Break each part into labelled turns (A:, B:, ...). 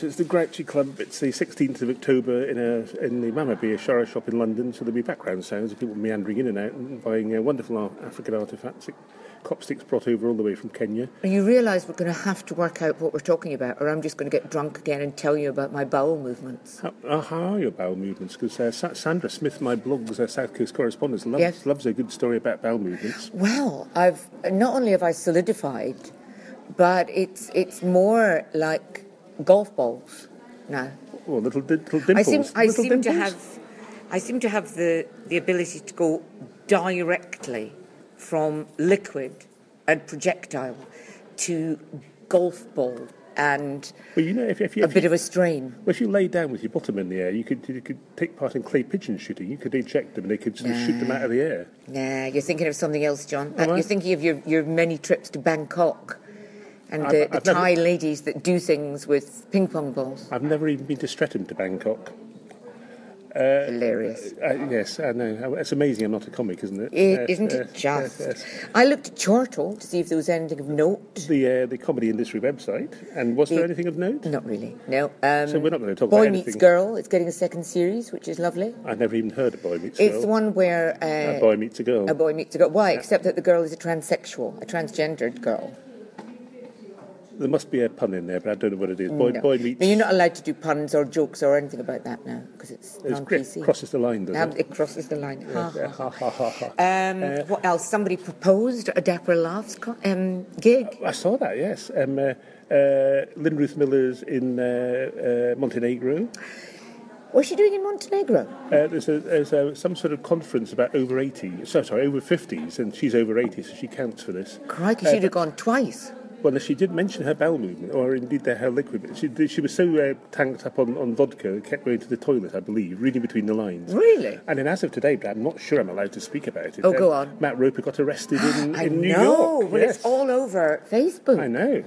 A: It's the Grouchy Club. It's the 16th of October in, a, in the Mama Beer Shara shop in London. So there'll be background sounds of people meandering in and out and buying uh, wonderful ar- African artefacts, copsticks brought over all the way from Kenya.
B: You realise we're going to have to work out what we're talking about, or I'm just going to get drunk again and tell you about my bowel movements.
A: How, uh, how are your bowel movements? Because uh, Sa- Sandra Smith, my blog's uh, South Coast correspondent, loves,
B: Yes.
A: loves a good story about bowel movements.
B: Well, I've not only have I solidified, but it's it's more like golf balls now.
A: Or Oh, little, di- little dimples.
B: I seem I
A: little
B: seem to
A: dimples?
B: have I seem to have the the ability to go directly from liquid and projectile to golf ball and
A: Well, you know, if, if, you,
B: a
A: if, you,
B: bit of a strain.
A: well, if you lay down with your bottom in the air, you could, you could take part in clay pigeon shooting. You could eject them and they could sort of shoot them out of the air.
B: Nah, you're thinking of something else, John. Uh,
A: Am I?
B: You're thinking of your, your many trips to Bangkok and
A: I've-
B: the,
A: I've
B: the
A: never-
B: Thai ladies that do things with ping pong balls.
A: I've never even been to Streatham to Bangkok.
B: Hilarious.
A: Uh, yes, I know. It's amazing I'm not a comic, isn't it?
B: is
A: uh, Yes,
B: isn't
A: yes,
B: it
A: yes,
B: just?
A: yes.
B: I looked at Chortle to see if there was anything of note.
A: The, uh, the comedy industry website, and was there anything of note?
B: Not really, no. Um,
A: So we're not gonna talk
B: Boy
A: about
B: Meets
A: anything.
B: Girl, it's getting a second series, which is lovely.
A: I've never even heard of Boy Meets
B: It's
A: Girl.
B: the one where
A: A
B: uh,
A: boy meets a girl.
B: a boy meets a girl. Why? Except that the girl is a transsexual, a transgendered girl.
A: there must be a pun in there, but I don't know what it is. Boy,
B: No.
A: boy meets.
B: No, you're not allowed to do puns or jokes or anything about that now because it's
A: it's
B: non
A: cri-
B: PC.
A: crosses the Uh, line,
B: Now
A: doesn't it?
B: it crosses the line. Ha,
A: Yeah,
B: ha,
A: ha, ha, ha, ha.
B: ha. Um, what else? Somebody proposed a Dapper Laughs co- um, gig.
A: I saw that. Yes, um, uh, uh, Lynn Ruth Miller's in uh, uh, Montenegro.
B: What's she doing in Montenegro?
A: Uh, there's a, there's a, some sort of conference about over 80, so, sorry, over 50s, and she's over 80, so she counts for this.
B: Crikey,
A: Uh,
B: she'd have gone twice.
A: Well, she did mention her bowel movement, or indeed the- her liquid. She, did- she was so uh, tanked up on, on vodka, it kept going to the toilet, I believe, reading between the lines.
B: Really?
A: And then, as of today, but I'm not sure I'm allowed to speak about it. Uh,
B: Oh, go on.
A: Matt Roper got arrested in,
B: I
A: in New
B: know,
A: York.
B: but
A: yes.
B: it's all over Facebook.
A: I
B: I,
A: know.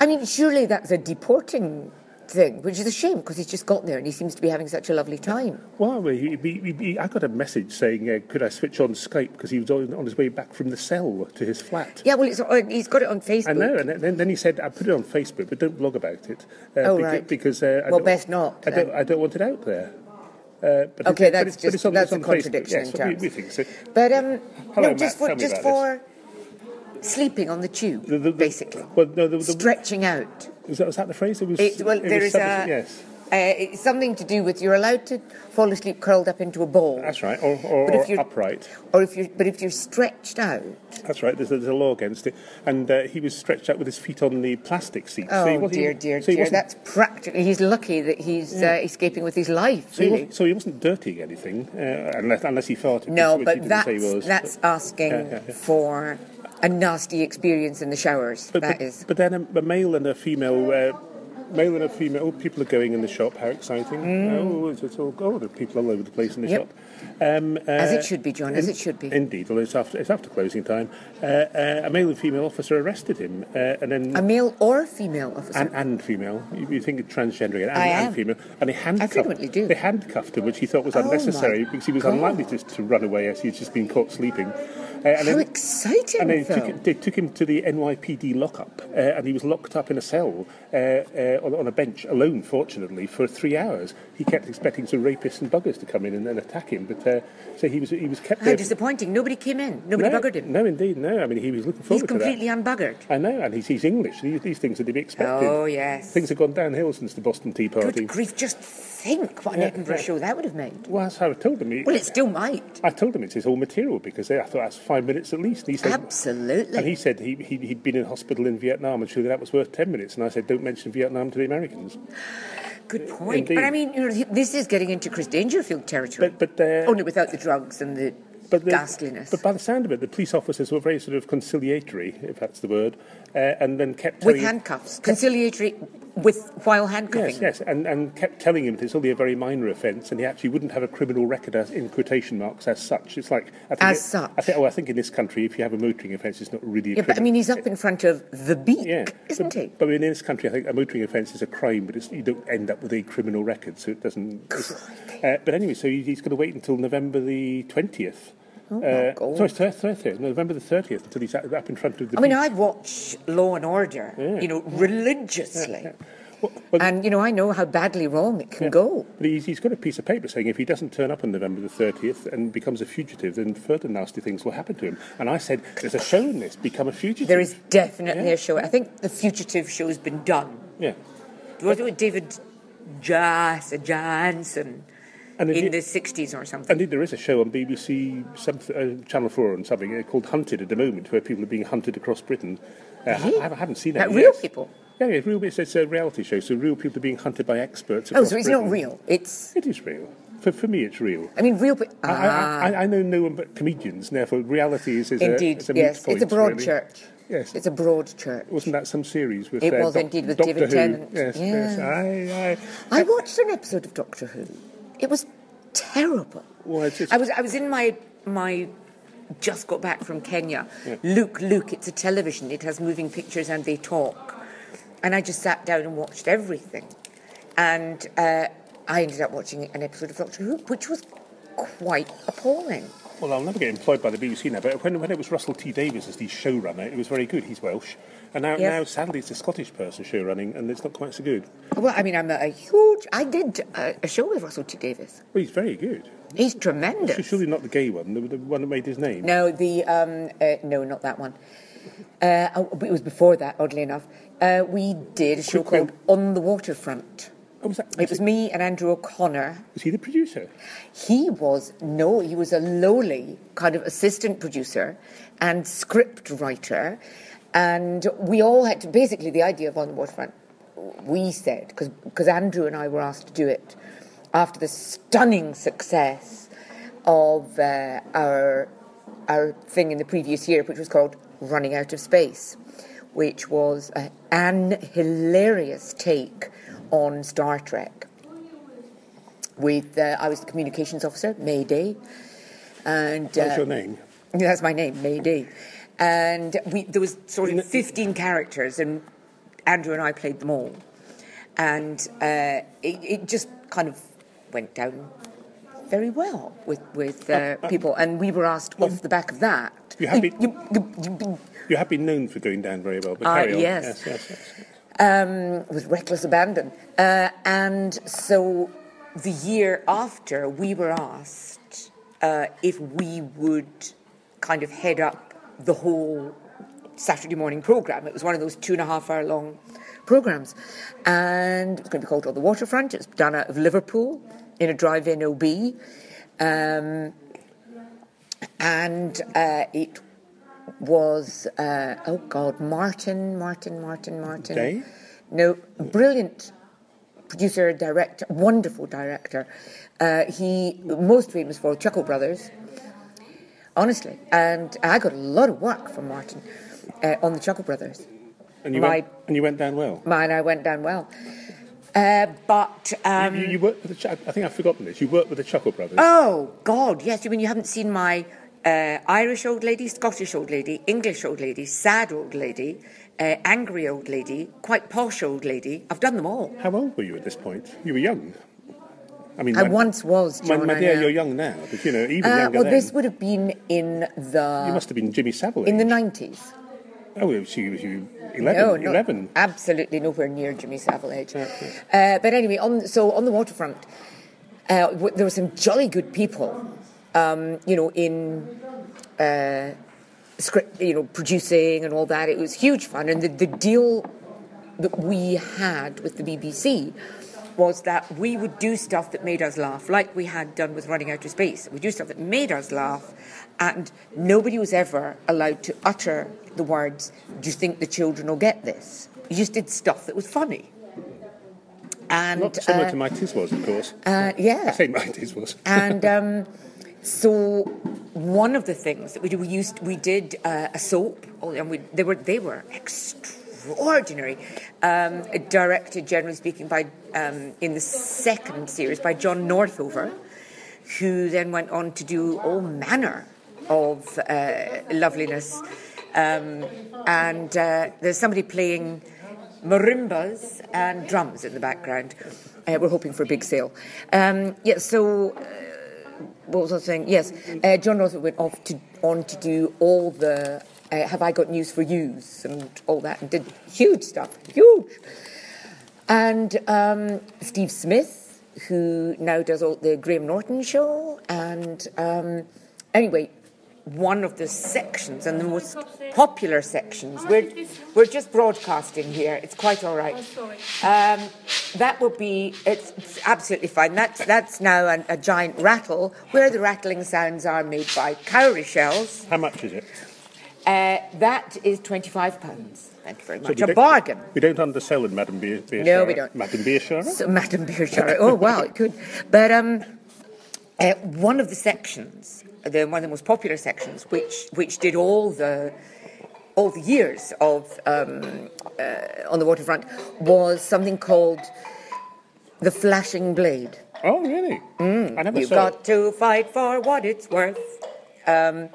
B: mean, surely that's a deporting thing, which is a shame because he's just got there and he seems to be having such a lovely time.
A: Well, he, he, he, he, I got a message saying, uh, could I switch on Skype because he was on, on his way back from the cell to his flat.
B: Yeah, well, it's, uh, he's got it on Facebook.
A: I know, and then, then he said, "I put it on Facebook, but don't blog about it." Uh,
B: Oh,
A: beca-
B: right.
A: Because uh, I
B: Well,
A: don't-
B: best not,
A: I don't,
B: then.
A: I don't want it out there. Uh, but
B: Okay,
A: it- but
B: that's
A: it's- but
B: just-
A: it's on-
B: that's
A: it's on
B: a
A: Facebook.
B: contradiction
A: Yes,
B: in
A: we-
B: terms.
A: we think so.
B: But um,
A: Hello,
B: no,
A: Matt,
B: just for
A: tell me
B: just
A: about
B: for sleeping on the tube,
A: The- the- the-
B: basically.
A: Well, no, the, the,
B: Stretching out.
A: was, that, was that the phrase? It was.
B: It's, well,
A: it was
B: there is
A: something-
B: a.
A: Yes,
B: Uh, it's something to do with you're allowed to fall asleep curled up into a ball,
A: that's right. Or, or,
B: But if
A: or
B: you-
A: upright.
B: or if you're but if you're stretched out,
A: That's right. There's a, there's a law against it, and uh, he was stretched out with his feet on the plastic seat.
B: oh
A: so he wasn't-
B: dear, dear,
A: so he
B: dear,
A: wasn't-
B: that's practically. He's lucky that he's uh, escaping with his life,
A: So he,
B: really.
A: wasn't, so he wasn't dirtying anything, uh, unless unless he farted.
B: No,
A: which, which he
B: but
A: didn't
B: that's
A: say was, but-
B: that's asking
A: Yeah, yeah, yeah.
B: for a nasty experience in the showers.
A: But,
B: that
A: but,
B: is.
A: but then a, a male and a female, uh, male and a female. oh, people are going in the shop. How exciting! Oh, it's, it's all oh, there are people all over the place in the
B: Mm. Yep.
A: shop. Um,
B: As
A: uh,
B: it should be, John, as it should be.
A: Indeed, although it's after it's after closing time. Uh, uh, a male and female officer arrested him, uh, and then.
B: a male or female officer.
A: and, and female, you, you think of transgender again, and,
B: I am.
A: and female, and they handcuffed.
B: frequently do.
A: They handcuffed him, which he thought was
B: Oh my
A: unnecessary because he was
B: God.
A: unlikely to, to run away as he'd just been caught sleeping. Uh, and
B: How
A: then-
B: exciting!
A: and they
B: though.
A: took, they took him to the NYPD lockup, uh, and he was locked up in a cell uh, uh, on, on a bench alone, fortunately, for three hours. He kept expecting some rapists and buggers to come in and, and attack him, but uh, so he was he was kept
B: How
A: there.
B: disappointing. Nobody came in. Nobody
A: no,
B: buggered him.
A: No, indeed, no. I mean, he was looking forward
B: He's completely unbuggered.
A: to that. I know, and he's, he's English. These, these things are to be expected.
B: Oh, yes.
A: Things have gone downhill since the Boston Tea Party.
B: Good grief, just think what an
A: Yeah,
B: Edinburgh
A: yeah.
B: show that would have made.
A: Well, that's how I told him. He-
B: Well, it still might.
A: I told him it's his whole material because uh, I thought that's five minutes at least. And he said,
B: Absolutely.
A: And he said he, he, he'd been in hospital in Vietnam and surely that was worth 10 minutes. And I said, don't mention Vietnam to the Americans.
B: Good point.
A: Indeed.
B: But I mean, you know, this is getting into Chris Dangerfield territory.
A: But, but, uh,
B: Only without the drugs and the
A: but the-
B: Oh, ghastliness.
A: But by the sound of it, the police officers were very sort of conciliatory, if that's the word, uh, and then kept
B: with
A: telling him-
B: handcuffs. Conciliatory with while handcuffing.
A: Yes, yes, and, and kept telling him that it's only a very minor offence, and he actually wouldn't have a criminal record as in quotation marks as such. It's like I think
B: As
A: it-
B: such.
A: I think, oh, I think in this country, if you have a motoring offence, it's not really. A
B: Yeah, but I
A: criminal-
B: mean, he's up in front of the beak,
A: Yeah,
B: isn't
A: but,
B: he?
A: But in this country, I think a motoring offence is a crime, but it's, you don't end up with a criminal record, so it doesn't. it's- Uh, but anyway, so he- he's going to wait until November the twentieth. Oh
B: my God.
A: Sorry, thir- thirtieth, November the thirtieth, until he's up up in front of the.
B: I mean,
A: people.
B: I watch Law and Order, you know, religiously.
A: Well, well,
B: and, you know, I know how badly wrong it can go.
A: But he's, he's got a piece of paper saying if he doesn't turn up on November the 30th and becomes a fugitive, then further nasty things will happen to him. And I said, there's a show in this, become a fugitive.
B: There is definitely
A: Yeah.
B: a show. I think the fugitive show has been done.
A: Yeah.
B: Was it with David Jas Jansen
A: And
B: in
A: indeed,
B: the 60s or something?
A: indeed there is a show on BBC, something, uh, Channel 4 and something uh, called Hunted at the moment, where people are being hunted across Britain. Uh, I, haven't- I haven't seen that.
B: Like
A: yet.
B: real people?
A: Yeah, yeah, real, it's, it's a reality show, so real people are being hunted by experts.
B: Oh,
A: across
B: so it's
A: Britain.
B: not real. It's,
A: It is real. For, for me, it's real.
B: I mean, real. pe-
A: I-
B: Ah,
A: I, I, I know no one but comedians, and therefore reality is, is
B: indeed.
A: a, is a moot
B: yes,
A: point,
B: it's a broad
A: really.
B: church.
A: Yes.
B: It's a broad church.
A: Wasn't that some series with
B: It
A: uh,
B: was
A: Doc-
B: indeed with
A: Doctor
B: David
A: Who?
B: Tennant.
A: Yes, yes.
B: Yes.
A: I, I,
B: I watched an episode of Doctor Who. It was terrible.
A: Well, it's just-
B: I was I was in my my just got back from Kenya. Luke, Luke, it's a television. It has moving pictures and they talk. And I just sat down and watched everything. And uh, I ended up watching an episode of Doctor Who, which was quite appalling.
A: well, I'll never get employed by the BBC now. But when, when it was Russell T Davies as the showrunner, it was very good. He's Welsh, and now,
B: Yeah.
A: now sadly it's a Scottish person showrunning, and it's not quite so good.
B: Well, I mean, I'm a, a huge. I did a, a show with Russell T Davis.
A: Well, he's very good.
B: He's tremendous.
A: Surely not the gay one, the, the one that made his name.
B: No, the um, uh, no, not that one. Uh, oh, but it was before that, oddly enough. Uh, we did a show
A: Quick, quick.
B: called On the Waterfront.
A: Oh, was that?
B: It was me and Andrew O'Connor.
A: was he the producer?
B: He was no, he was a lowly kind of assistant producer and script writer, and we all had to basically the idea of on the waterfront. We said because Andrew and I were asked to do it after the stunning success of uh, our our thing in the previous year, which was called Running Out of Space, which was a, an hilarious take on Star Trek with uh, I was the communications officer, Mayday, and
A: What's
B: uh,
A: your name?
B: that's my name, Mayday. And we there was sort of fifteen characters, and Andrew and I played them all, and uh, it, it just kind of went down very well with with uh, people, and we were asked off the back of that.
A: You happy-
B: You, you, you-
A: You have been known for going down very well, but
B: Ah,
A: carry on.
B: yes.
A: yes, yes, yes.
B: um, with reckless abandon. Uh, and so the year after, we were asked uh, if we would kind of head up the whole Saturday morning program. It was one of those two and a half hour long programs. And it was going to be called On the Waterfront. It's done out of Liverpool in a drive in OB. Um, and uh, it was uh, oh god martin martin martin martin
A: Day?
B: no brilliant producer director wonderful director uh, he most famous for chuckle brothers honestly and i got a lot of work from martin uh, on the chuckle brothers
A: And you
B: My-
A: went, and you went down well.
B: mine i went down well uh, but um,
A: you, you worked with the. Ch- I think I've forgotten this. You worked with the Chuckle Brothers.
B: Oh God, yes. You mean you haven't seen my uh, Irish old lady, Scottish old lady, English old lady, sad old lady, uh, angry old lady, quite posh old lady. I've done them all.
A: How old were you at this point? You were young. I mean,
B: I
A: my-
B: once was.
A: My,
B: John,
A: my
B: I
A: dear,
B: know.
A: you're young now, but you know, even
B: Uh,
A: younger
B: well,
A: then.
B: this would have been in
A: you
B: the
A: must have been Jimmy Savile.
B: in the
A: age.
B: nineties.
A: Oh, it was you, it was you 11,
B: no, no,
A: 11.
B: absolutely nowhere near Jimmy Savile age. Uh, but anyway, on so on the waterfront, uh, w- there were some jolly good people, um, you know, in uh, script, you know, producing and all that. It was huge fun, and the, the deal that we had with the BBC was that we would do stuff that made us laugh, like we had done with Running Out of Space. We do stuff that made us laugh, and nobody was ever allowed to utter the words, Do you think the children will get this? You just did stuff that was funny. And
A: Not similar
B: uh,
A: to my Tiz was, of course.
B: uh, yeah.
A: I say my Tiz was.
B: And um, so one of the things that we did, we used, we did uh, a soap, oh, and we, they were they were extraordinary. Um, directed, generally speaking, by um, in the second series by John Northover, who then went on to do all manner of uh, loveliness. Um, and uh, there's somebody playing marimbas and drums in the background. Uh, we're hoping for a big sale. Um, yeah, so what was I saying? Yes, uh, John Roswell went off to on to do all the uh, "Have I Got News for Yous" and all that, and did huge stuff, huge. And um, Steve Smith, who now does all the Graham Norton show. And um, anyway, one of the sections and the most popular sections. We're, we're just broadcasting here. It's quite all right. Um, that would be, it's, it's absolutely fine. That's, that's now an, a giant rattle where the rattling sounds are made by cowrie shells.
A: How much is it?
B: Uh, that is £25. Thank you very much.
A: we
B: a
A: don't-
B: bargain.
A: We don't undersell in Madame Beer. Beer
B: No, we don't.
A: Madame Beershara?
B: So, Madam Beershire. Oh, wow, it could. But um, uh, one of the sections, the, one of the most popular sections, which, which did all the, all the years of um, uh, on the waterfront, was something called the Flashing Blade.
A: oh, really? I never
B: Mm, You've
A: saw it.
B: got to fight for what it's worth. Um,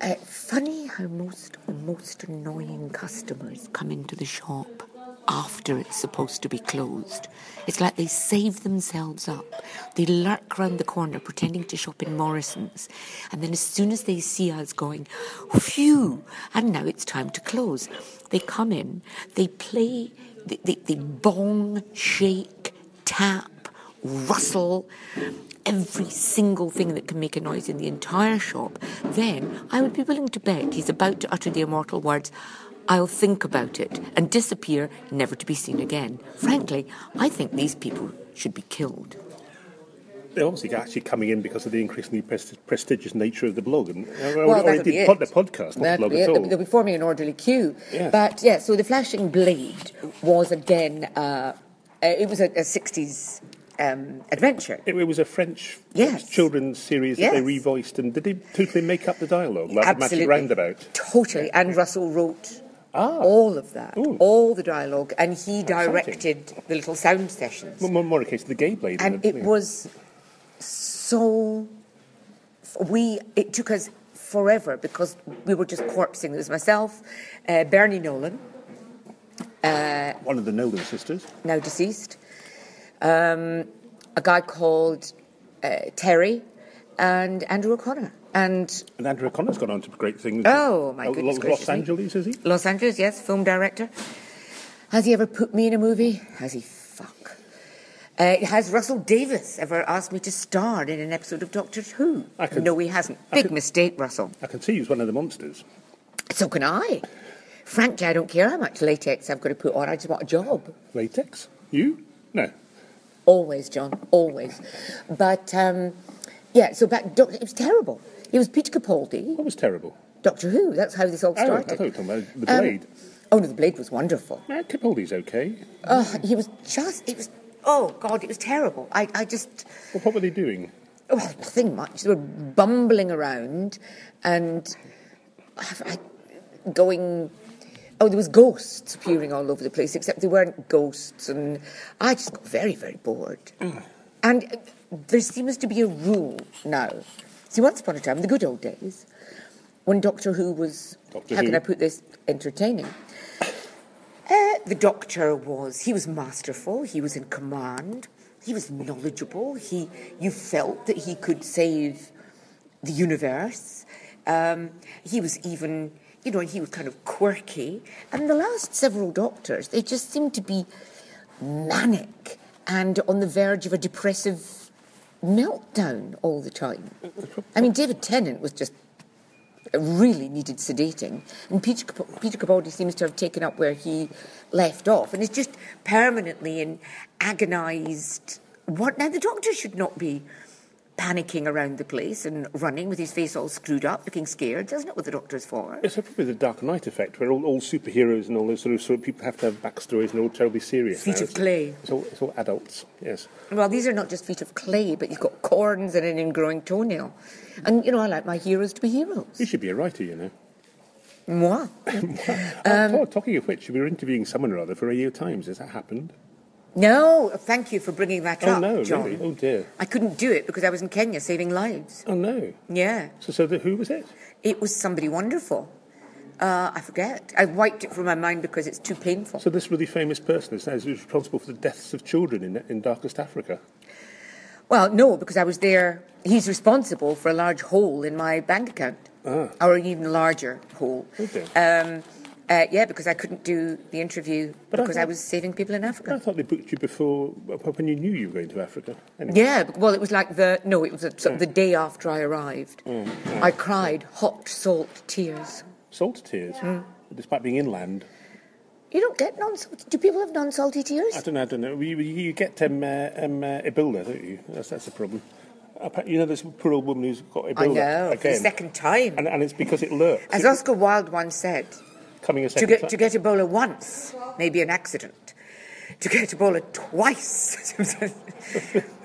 B: uh, funny how most most annoying customers come into the shop after it's supposed to be closed. It's like they save themselves up. They lurk round the corner pretending to shop in Morrison's. And then as soon as they see us going, phew, and now it's time to close, they come in, they play, they, they, they bong, shake, tap, rustle every single thing that can make a noise in the entire shop, then I would be willing to bet he's about to utter the immortal words, I'll think about it, and disappear, never to be seen again. Frankly, I think these people should be killed.
A: They're obviously actually coming in because of the increasingly pres- prestigious nature of the blog, and, uh, or,
B: Well,
A: or
B: that'll be
A: indeed
B: it.
A: pod- the podcast, not the
B: That'll
A: blog
B: be
A: at
B: it.
A: all.
B: They'll, be forming an orderly queue.
A: Yes.
B: But yeah, so the flashing blade was again, uh, uh, it was a, a 60s um, adventure.
A: It, it was a French
B: Yes.
A: children's series that they
B: Yes.
A: revoiced, and did they totally make up the dialogue, like
B: Absolutely.
A: the Magic Roundabout?
B: Totally. And Russell wrote
A: Ah.
B: all of that,
A: Ooh.
B: all the dialogue, and he
A: exciting.
B: directed the little sound sessions.
A: More, more a case of the gay blade.
B: And it
A: isn't
B: was so. We it took us forever because we were just corpsing. It was myself, uh, Bernie Nolan,
A: one of the Nolan sisters.
B: now deceased, um, a guy called uh, Terry, and Andrew O'Connor, and
A: And Andrew O'Connor's gone on to great things.
B: Oh, my
A: Lo-
B: goodness
A: Los,
B: gracious me.
A: Angeles, is he?
B: Los Angeles, yes, film director. Has he ever put me in a movie? Has he? Fuck. Uh, has Russell Davis ever asked me to star in an episode of Doctor Who?
A: I could-
B: no, he hasn't.
A: I
B: Big
A: could-
B: mistake, Russell.
A: I can see he was one of the monsters.
B: So can I. Frankly, I don't care how much latex I've got to put on. I just want a job.
A: Latex? You? No.
B: Always, John. Always. But um, yeah, so back. Doc- it was terrible. It was Peter Capaldi,
A: That was terrible.
B: Doctor Who. That's how this all
A: Oh, I
B: started.
A: thought you were talking about the
B: Um,
A: blade.
B: oh no, the blade was wonderful.
A: Eh, Capaldi's okay.
B: Oh, he was just, it was, oh God, it was terrible. I, I just,
A: Well, what were they doing?
B: oh, nothing much. They were bumbling around and I, I- going, oh, there was ghosts appearing all over the place, except they weren't ghosts. And I just got very, very bored.
A: Mm.
B: And uh, there seems to be a rule now. See, once upon a time, the good old days, when Doctor Who was,
A: Doctor
B: how can
A: Who.
B: I put this, entertaining. Uh, the doctor was, he was masterful, he was in command, he was knowledgeable, he, you felt that he could save the universe. Um, he was even, you know, he was kind of quirky. And the last several doctors, they just seemed to be manic and on the verge of a depressive meltdown all the time. I mean, David Tennant was just uh, really needed sedating. And Peter, Cap- Peter Capaldi seems to have taken up where he left off and is just permanently in agonised. What now? The doctor should not be panicking around the place and running with his face all screwed up, looking scared. That's not what the doctor's for.
A: It's probably the Dark Knight effect, where all, all superheroes and all those sort of, sort of people have to have backstories and all terribly serious.
B: Feet
A: now.
B: of clay.
A: It's all, it's all adults, yes.
B: Well, these are not just feet of clay, but you've got corns and an ingrowing toenail. And, you know, I like my heroes to be heroes.
A: You should be a writer, you know.
B: Moi.
A: Oh,
B: Um,
A: ta- talking of which, we were interviewing someone or other for Radio Times. Has that happened?
B: No, thank you for bringing that
A: Oh,
B: up,
A: no,
B: John.
A: really? Oh, dear.
B: I couldn't do it because I was in Kenya saving lives.
A: Oh, no.
B: Yeah.
A: So, so the, who was it?
B: It was somebody wonderful. Uh, I forget. I wiped it from my mind because it's too painful.
A: So this really famous person is, is responsible for the deaths of children in, in darkest Africa.
B: well, no, because I was there. He's responsible for a large hole in my bank account, or an even larger hole.
A: Ah. Okay.
B: Um, Uh, yeah, because I couldn't do the interview
A: But I
B: because I,
A: thought-
B: was saving people in Africa.
A: I thought they booked you before when you knew you were going to Africa. Anyway.
B: Yeah, bec- well, it was like the no, it was the, sort of the
A: Mm.
B: day after I arrived. I cried hot salt tears.
A: Salt tears,
B: Mm.
A: despite being inland.
B: You don't get non-salty. Do people have non-salty
A: I
B: tears?
A: don't know. I don't know. You, you- you get um, uh, um, uh, Ebola, don't you? That's, that's the problem. Appa- You know this poor old woman who's got Ebola
B: I know. for
A: again,
B: The second time,
A: and, and it's because it lurks.
B: as
A: It-
B: Oscar Wilde once said,
A: coming a
B: to
A: second
B: get
A: time.
B: to get Ebola once may be an accident. To get Ebola twice.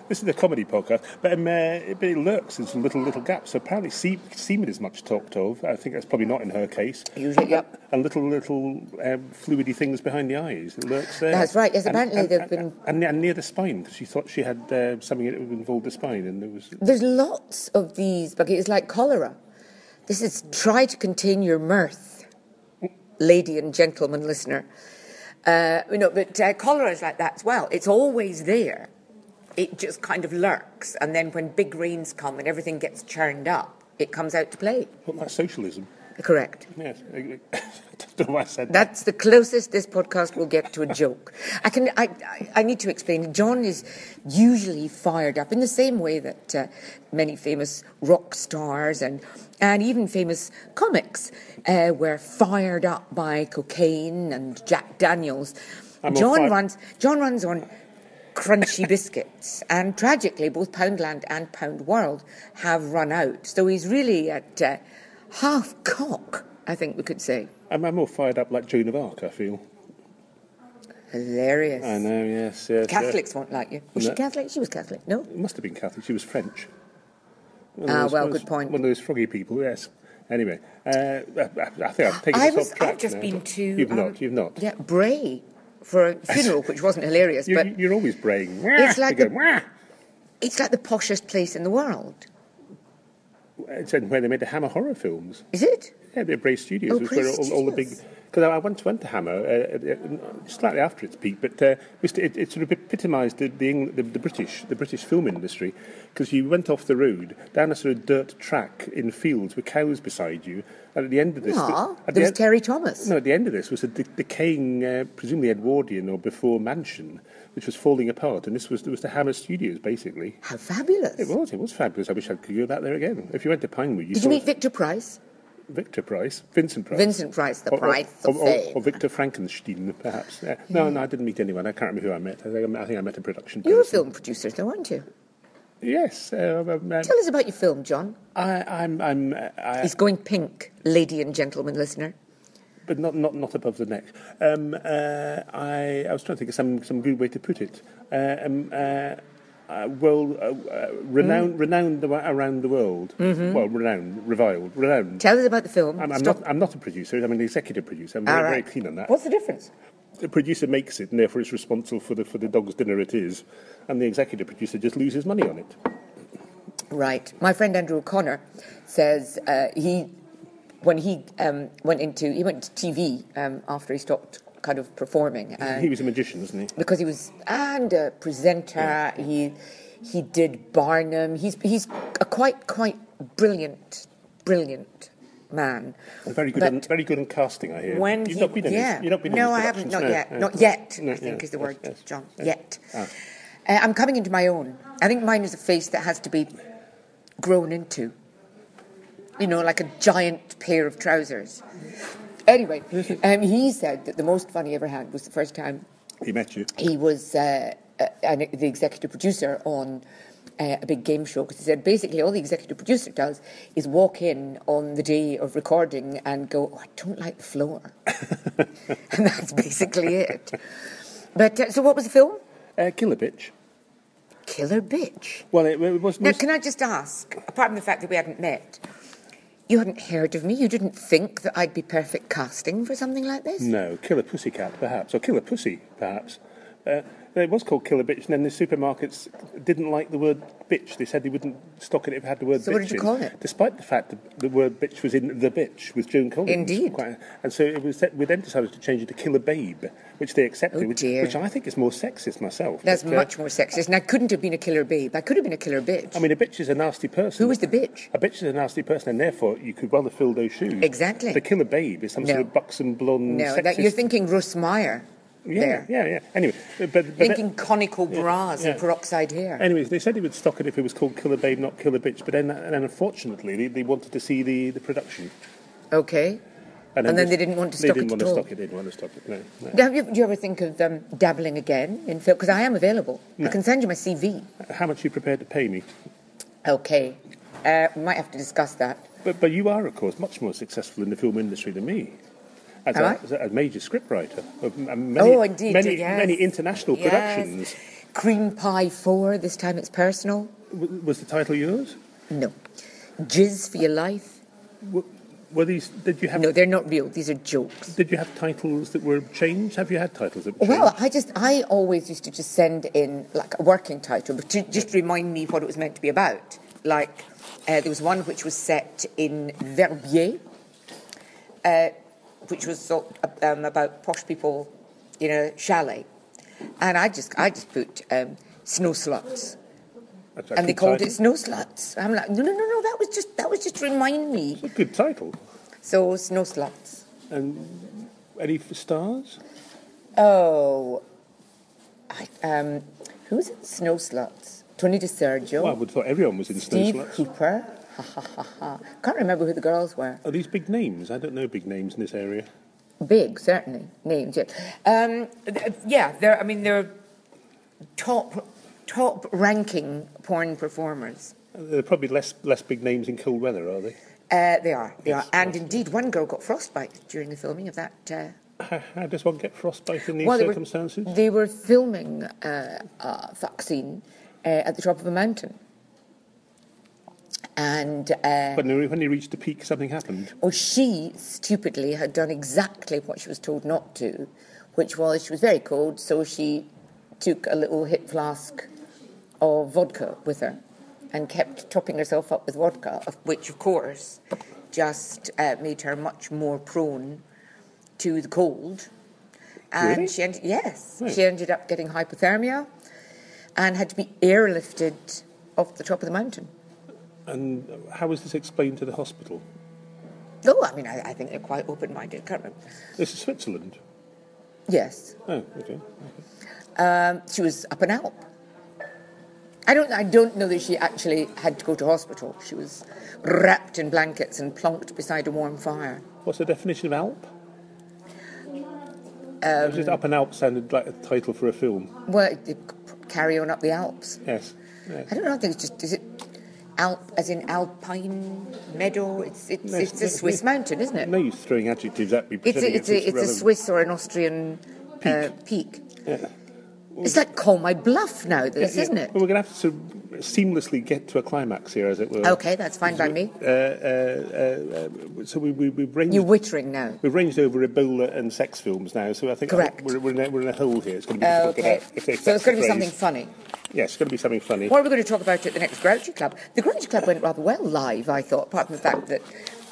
A: This is a comedy podcast, but, um, uh, it, but it lurks in some little little gaps. So apparently, se- semen is much talked of. I think that's probably not in her case.
B: Usually, yep.
A: And little little um, fluidy things behind the eyes. It lurks there.
B: That's right, yes,
A: And-
B: apparently
A: and,
B: they've
A: and,
B: been-
A: and, and near the spine because she thought she had uh, something that involved the spine, and there was
B: There's lots of these buckets. It's like cholera. This is try to contain your mirth, lady and gentleman listener. Uh, you know, but uh, cholera is like that as well. It's always there. It just kind of lurks, and then when big rains come and everything gets churned up, it comes out to play.
A: well, that's socialism.
B: Correct.
A: Yes, I, I don't know why I said that.
B: That's the closest this podcast will get to a joke. I can. I, I, I need to explain. John is usually fired up in the same way that uh, many famous rock stars and and even famous comics uh, were fired up by cocaine and Jack Daniels.
A: I'm on
B: John
A: fire.
B: runs. John runs on crunchy biscuits, and tragically, both Poundland and Pound World have run out. So he's really at uh, half cock. I think we could say.
A: I'm, I'm all fired up like Joan of Arc. I feel.
B: Hilarious.
A: I know. Yes. Yes. yes.
B: Catholics won't like you. Was
A: No.
B: she Catholic? She was Catholic. No.
A: It must have been Catholic. She was French. One of
B: Ah,
A: those-
B: well,
A: one of
B: good
A: those-
B: point.
A: One of those froggy people, yes. Anyway, uh, I, I- I think I've taken
B: I
A: us
B: was.
A: off track
B: I've just
A: now.
B: been to.
A: You've
B: um,
A: not. You've not.
B: Yeah, Bray for a funeral, which wasn't hilarious,
A: You're,
B: but
A: you're always braying.
B: It's like
A: You
B: the-
A: go, "Wah."
B: it's like the poshest place in the world,
A: It's in where they made the Hammer horror films.
B: is it?
A: Yeah, the Bray Studios
B: Oh,
A: was
B: Bray
A: where all, all the big.
B: Studios.
A: Because I, I once went to Hammer uh, uh, slightly after its peak, but uh, it, it, it sort of epitomised the, the, Engl- the, the British the British film industry because you went off the road down a sort of dirt track in fields with cows beside you, and at the end of this,
B: Ah,
A: at the
B: there was
A: end-
B: Terry Thomas.
A: No, at the end of this was a de- decaying, uh, presumably Edwardian or before mansion, which was falling apart, and this was it was the Hammer Studios basically.
B: How fabulous!
A: It was, it was fabulous. I wish I could go back there again. If you went to Pinewood, you
B: Did
A: saw
B: you meet Victor Price?
A: Victor Price, Vincent Price,
B: Vincent Price, the Price
A: or,
B: of
A: or,
B: Fame.
A: or Victor Frankenstein, perhaps. Yeah. No, no, I didn't meet anyone. I can't remember who I met. I think I met, I, think I met a production.
B: You were
A: person.
B: film producers, though, weren't you?
A: Yes, uh, um, um,
B: Tell us about your film, John.
A: I, I'm, I'm, uh, I,
B: He's going pink, lady and gentleman listener.
A: but not, not, not above the neck. Um, uh, I, I was trying to think of some, some good way to put it. Uh, um, uh, uh, well, uh, uh, renowned,
B: Mm.
A: renowned a- around the world. Well, renowned, reviled, renowned.
B: Tell us about the film.
A: I'm, I'm
B: Mm-hmm. Stop.
A: not. I'm not a producer. I'm an executive producer. I'm
B: All
A: very,
B: right.
A: very clean on that.
B: What's the difference?
A: The producer makes it, and therefore it's responsible for the for the dog's dinner it is, and the executive producer just loses money on it.
B: Right. My friend Andrew O'Connor says uh, he, when he um, went into he went to TV um, after he stopped kind of performing uh,
A: He was a magician, wasn't he?
B: because he was and a presenter. He he did Barnum. He's he's a quite quite brilliant brilliant man.
A: Very good,
B: But
A: on, very good on casting. I hear.
B: when
A: you've
B: he,
A: not been in his-
B: yeah,
A: you've not been in
B: no,
A: his
B: I haven't.
A: productions,
B: Not
A: no.
B: yet.
A: No,
B: Not
A: no,
B: yet.
A: no,
B: I think
A: yes,
B: is the
A: yes,
B: word,
A: yes,
B: John.
A: yes.
B: Yet.
A: ah.
B: Uh, I'm coming into my own. I think mine is a face that has to be grown into. You know, like a giant pair of trousers. Anyway, um, he said that the most fun he ever had was the first time
A: He met you.
B: he was uh, uh, an, the executive producer on uh, a big game show because he said basically all the executive producer does is walk in on the day of recording and go, oh, I don't like the floor. and that's basically it. But uh, so what was the film?
A: Uh, Killer bitch.
B: Killer Bitch.
A: Well, it, it was.
B: Now, can I just ask, apart from the fact that we hadn't met, you hadn't heard of me, you didn't think that I'd be
A: Mm.
B: perfect casting for something like this?
A: No, Killer Pussycat, perhaps, or Killer Pussy, perhaps. Uh, No, it was called Killer Bitch, and then the supermarkets didn't like the word bitch. They said they wouldn't stock it if it had the word
B: So
A: bitch.
B: what did you
A: in,
B: call it?
A: Despite the fact that the word bitch was in The Bitch with Joan Collins.
B: Indeed.
A: Quite- and so it was that we then decided to change it to Killer Babe, which they accepted,
B: Oh,
A: which,
B: dear.
A: which I think is more sexist myself.
B: That's
A: but, uh,
B: much more sexist. And I couldn't have been a killer babe. I could have been a killer bitch.
A: I mean, a bitch is a nasty person.
B: Who was the bitch?
A: A bitch is a nasty person, and therefore you could rather fill those shoes.
B: Exactly.
A: The killer babe is some
B: No.
A: sort of buxom blonde.
B: No,
A: sexist.
B: that, you're thinking Russ Meyer
A: yeah,
B: there.
A: yeah, yeah. Anyway, but, but that-
B: Thinking conical bras
A: yeah.
B: and peroxide hair.
A: Anyways, they said they would stock it if it was called Killer Babe, not Killer Bitch. But then, and then unfortunately, they, they wanted to see the, the production.
B: okay. And then they didn't want to stock
A: didn't
B: it
A: want
B: at
A: to
B: all.
A: stock it. They didn't want to stock it. No. no.
B: Now, you- do you ever think of um, dabbling again in film? Because I am available. I can send you my CV.
A: How much are you prepared to pay me?
B: Okay. Uh, we might have to discuss that.
A: But but you are, of course, much more successful in the film industry than me. As,
B: Am
A: a,
B: I?
A: as a major scriptwriter of m- many,
B: Oh, indeed,
A: many,
B: yes.
A: many international
B: Yes.
A: productions.
B: Cream Pie 4, this time it's personal.
A: W- was the title yours?
B: No. Jizz for your life.
A: W- Were these? Did you have?
B: No, they're not real. These are jokes.
A: Did you have titles that were changed? Have you had titles that were changed?
B: Well, I just, I always used to just send in like a working title, but to just remind me what it was meant to be about. Like, uh, there was one which was set in Verbier, uh, which was sort of, um, about posh people in a chalet. And I just, I just put um, snow sluts.
A: That's a
B: And they
A: good
B: called
A: title.
B: it snow sluts. I'm like, no, no, no, no, that was just, that was just remind me.
A: It's a good title.
B: So, snow sluts.
A: Any f- stars?
B: Oh, I, um, who's in Snow Sluts? Tony DiSergio,
A: Well, I would have thought everyone was in
B: Steve
A: Snow Sluts.
B: Hooper. Ha ha ha ha. Can't remember who the girls were.
A: Are these big names? I don't know big names in this area.
B: Big, certainly. Names, yeah. Um, th- yeah, they're. I mean, they're top, top-ranking porn performers.
A: There are probably less less big names in cold weather, are they?
B: Uh, they are. They
A: Yes,
B: are. And indeed, one girl got frostbite during the filming of that. Uh,
A: How, how does one get frostbite in these
B: Well, they were-
A: circumstances?
B: they were filming uh, a vaccine uh, at the top of a mountain. And uh,
A: But when they- when they reached the peak, something happened.
B: or she stupidly had done exactly what she was told not to, which was she was very cold, so she took a little hip flask of vodka with her and kept topping herself up with vodka, of which, of course, just uh, made her much more prone to the cold. And
A: Really?
B: she ended, yes,
A: Right.
B: she ended up getting hypothermia and had to be airlifted off the top of the mountain.
A: And how was this explained to the hospital?
B: Oh, I mean, I, I think they're quite open-minded. Can't remember.
A: This is Switzerland.
B: Yes.
A: Oh, okay.
B: um, she was up and out. I don't, I don't know that she actually had to go to hospital. She was wrapped in blankets and plonked beside a warm fire.
A: What's the definition of Alp? It
B: Um,
A: was just Up and Alp sounded like a title for a film.
B: Well, it- it c- carry on up the Alps.
A: Yes. yes.
B: I don't know. I think it's just is it Alp as in alpine meadow? It's it's,
A: No,
B: it's a
A: no,
B: Swiss
A: no.
B: mountain, isn't
A: No
B: it?
A: use throwing adjectives at me.
B: It's a,
A: pretending
B: it's a, it's a
A: relevant.
B: Swiss or an Austrian uh, peak.
A: Yeah.
B: It's like call my bluff now. This
A: Yeah, yeah.
B: isn't it?
A: Well, we're going to have to seamlessly get to a climax here, as it were.
B: Okay, that's fine by me.
A: So we, we, we've ranged.
B: You're wittering now.
A: We've ranged over Ebola and sex films now, so I think
B: Correct. Oh,
A: We're, we're, in a, we're in a hole here. It's going to be difficult to
B: Okay.
A: get out. if- if
B: So
A: that's
B: it's going
A: the
B: to be
A: phrase.
B: something funny.
A: Yes, it's going to be something funny.
B: What are we going to talk about at the next Grouchy Club? The Grouchy Club went rather well live, I thought, apart from the fact that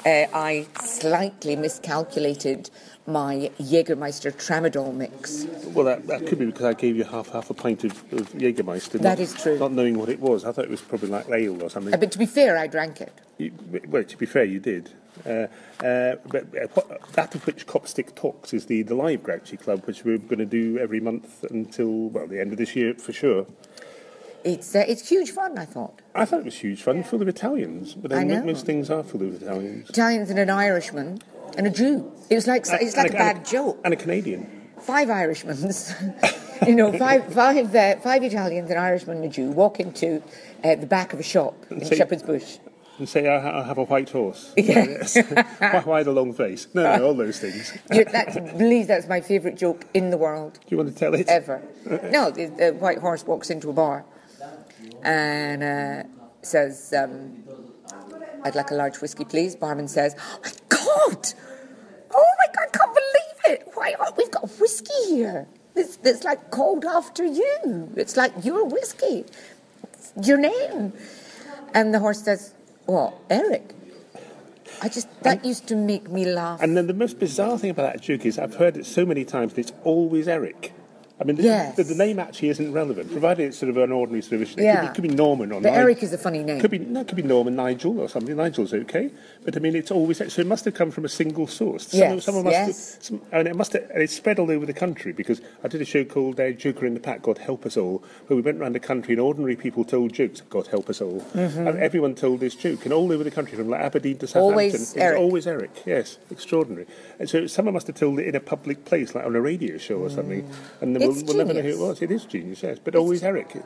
B: uh, I slightly miscalculated my Jägermeister Tramadol mix. Uh,
A: Well, that, that could be because I gave you half half a pint of, of Jägermeister.
B: That
A: not-
B: is true.
A: Not knowing what it was, I thought it was probably like ale or something.
B: Uh, But to be fair, I drank it.
A: You- well, to be fair, you did. Uh, uh, but uh, what, that of which Copstick Talks is the, the live Grouchy Club, which we're going to do every month until, well, the end of this year for sure.
B: It's, uh, it's huge fun, I thought.
A: I thought it was huge fun, full of Italians. But then
B: I know.
A: most things are full of Italians.
B: Italians and an Irishman and a Jew. It was like, it's like a
A: And
B: bad
A: and
B: joke.
A: And a Canadian.
B: Five Irishmans, you know, five, five, uh, five Italians, an Irishman and a Jew walk into uh, the back of a shop in
A: So you-
B: Shepherd's Bush.
A: And say, I, ha- I have a white horse.
B: Yes.
A: why, why the long face? No, no, all those things. Do
B: You, that's, please, that's my favourite joke in the world.
A: you want to tell it?
B: ever. No, the, the white horse walks into a bar and uh, says, um, I'd like a large whiskey, please. Barman says, Oh my God! Oh my God, I can't believe it! Why, oh, we've got whiskey here. It's, it's like called after you. It's like your whiskey, It's your name. And the horse says, Well, Eric. I just, that used to make me laugh.
A: And then the most bizarre thing about that joke is I've heard it so many times that it's always Eric. I mean, the,
B: Yes.
A: the, the name actually isn't relevant, provided it's sort of an ordinary sort of. It,
B: Yeah.
A: could, be, could be Norman or
B: But
A: Nigel.
B: Eric is a funny name.
A: Could be no, it could be Norman Nigel or something. Nigel's okay, but I mean, it's always so. It must have come from a single source.
B: Yes,
A: someone must
B: yes.
A: Have, some, and it must have, and it's spread all over the country because I did a show called uh, Joker in the Pack, God Help Us All, where we went round the country and ordinary people told jokes, God Help Us All,
B: Mm-hmm.
A: and everyone told this joke, and all over the country from like Aberdeen to Southampton,
B: Always
A: it was
B: Eric.
A: always Eric. Yes, extraordinary. And so someone must have told it in a public place, like on a radio show or something, and then we'll,
B: Mm. It's
A: we'll never know who it
B: genius.
A: was. It is genius, yes, but always Eric.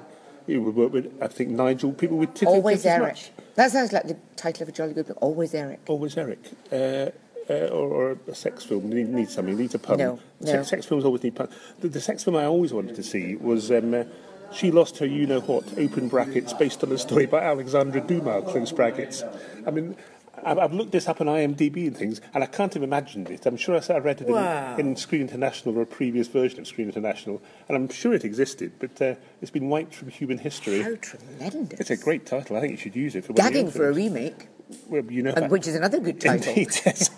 A: You would work with, I think, Nigel. People with tit-
B: Always
A: tit as
B: Eric.
A: much.
B: That sounds like the title of a jolly good book. Always Eric.
A: Always Eric. Uh, uh, or, or a sex film need, needs something, needs a pun.
B: No,
A: Se-
B: no.
A: Sex, films always need pun. The, the sex film I always wanted to see was um, uh, She Lost Her You Know What, open brackets, based on a story by Alexandra Dumas, close brackets. I mean, I've, I've looked this up on IMDb and things, and I can't have imagined it. I'm sure I, saw- I read it
C: Wow.
A: in, in Screen International or a previous version of Screen International, and I'm sure it existed, but uh, it's been wiped from human history.
B: How tremendous.
A: It's a great title. I think you should use it for one of your
B: Gagging for a
A: films.
B: remake,
A: Well, you know
B: and
A: that.
B: which is another good title.
A: Indeed, yes.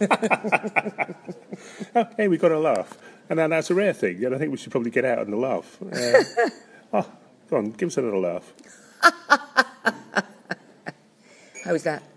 A: oh, hey, we got a laugh. And then that's a rare thing, and I think we should probably get out and laugh. Uh, oh, go on, give us another laugh.
B: How's that?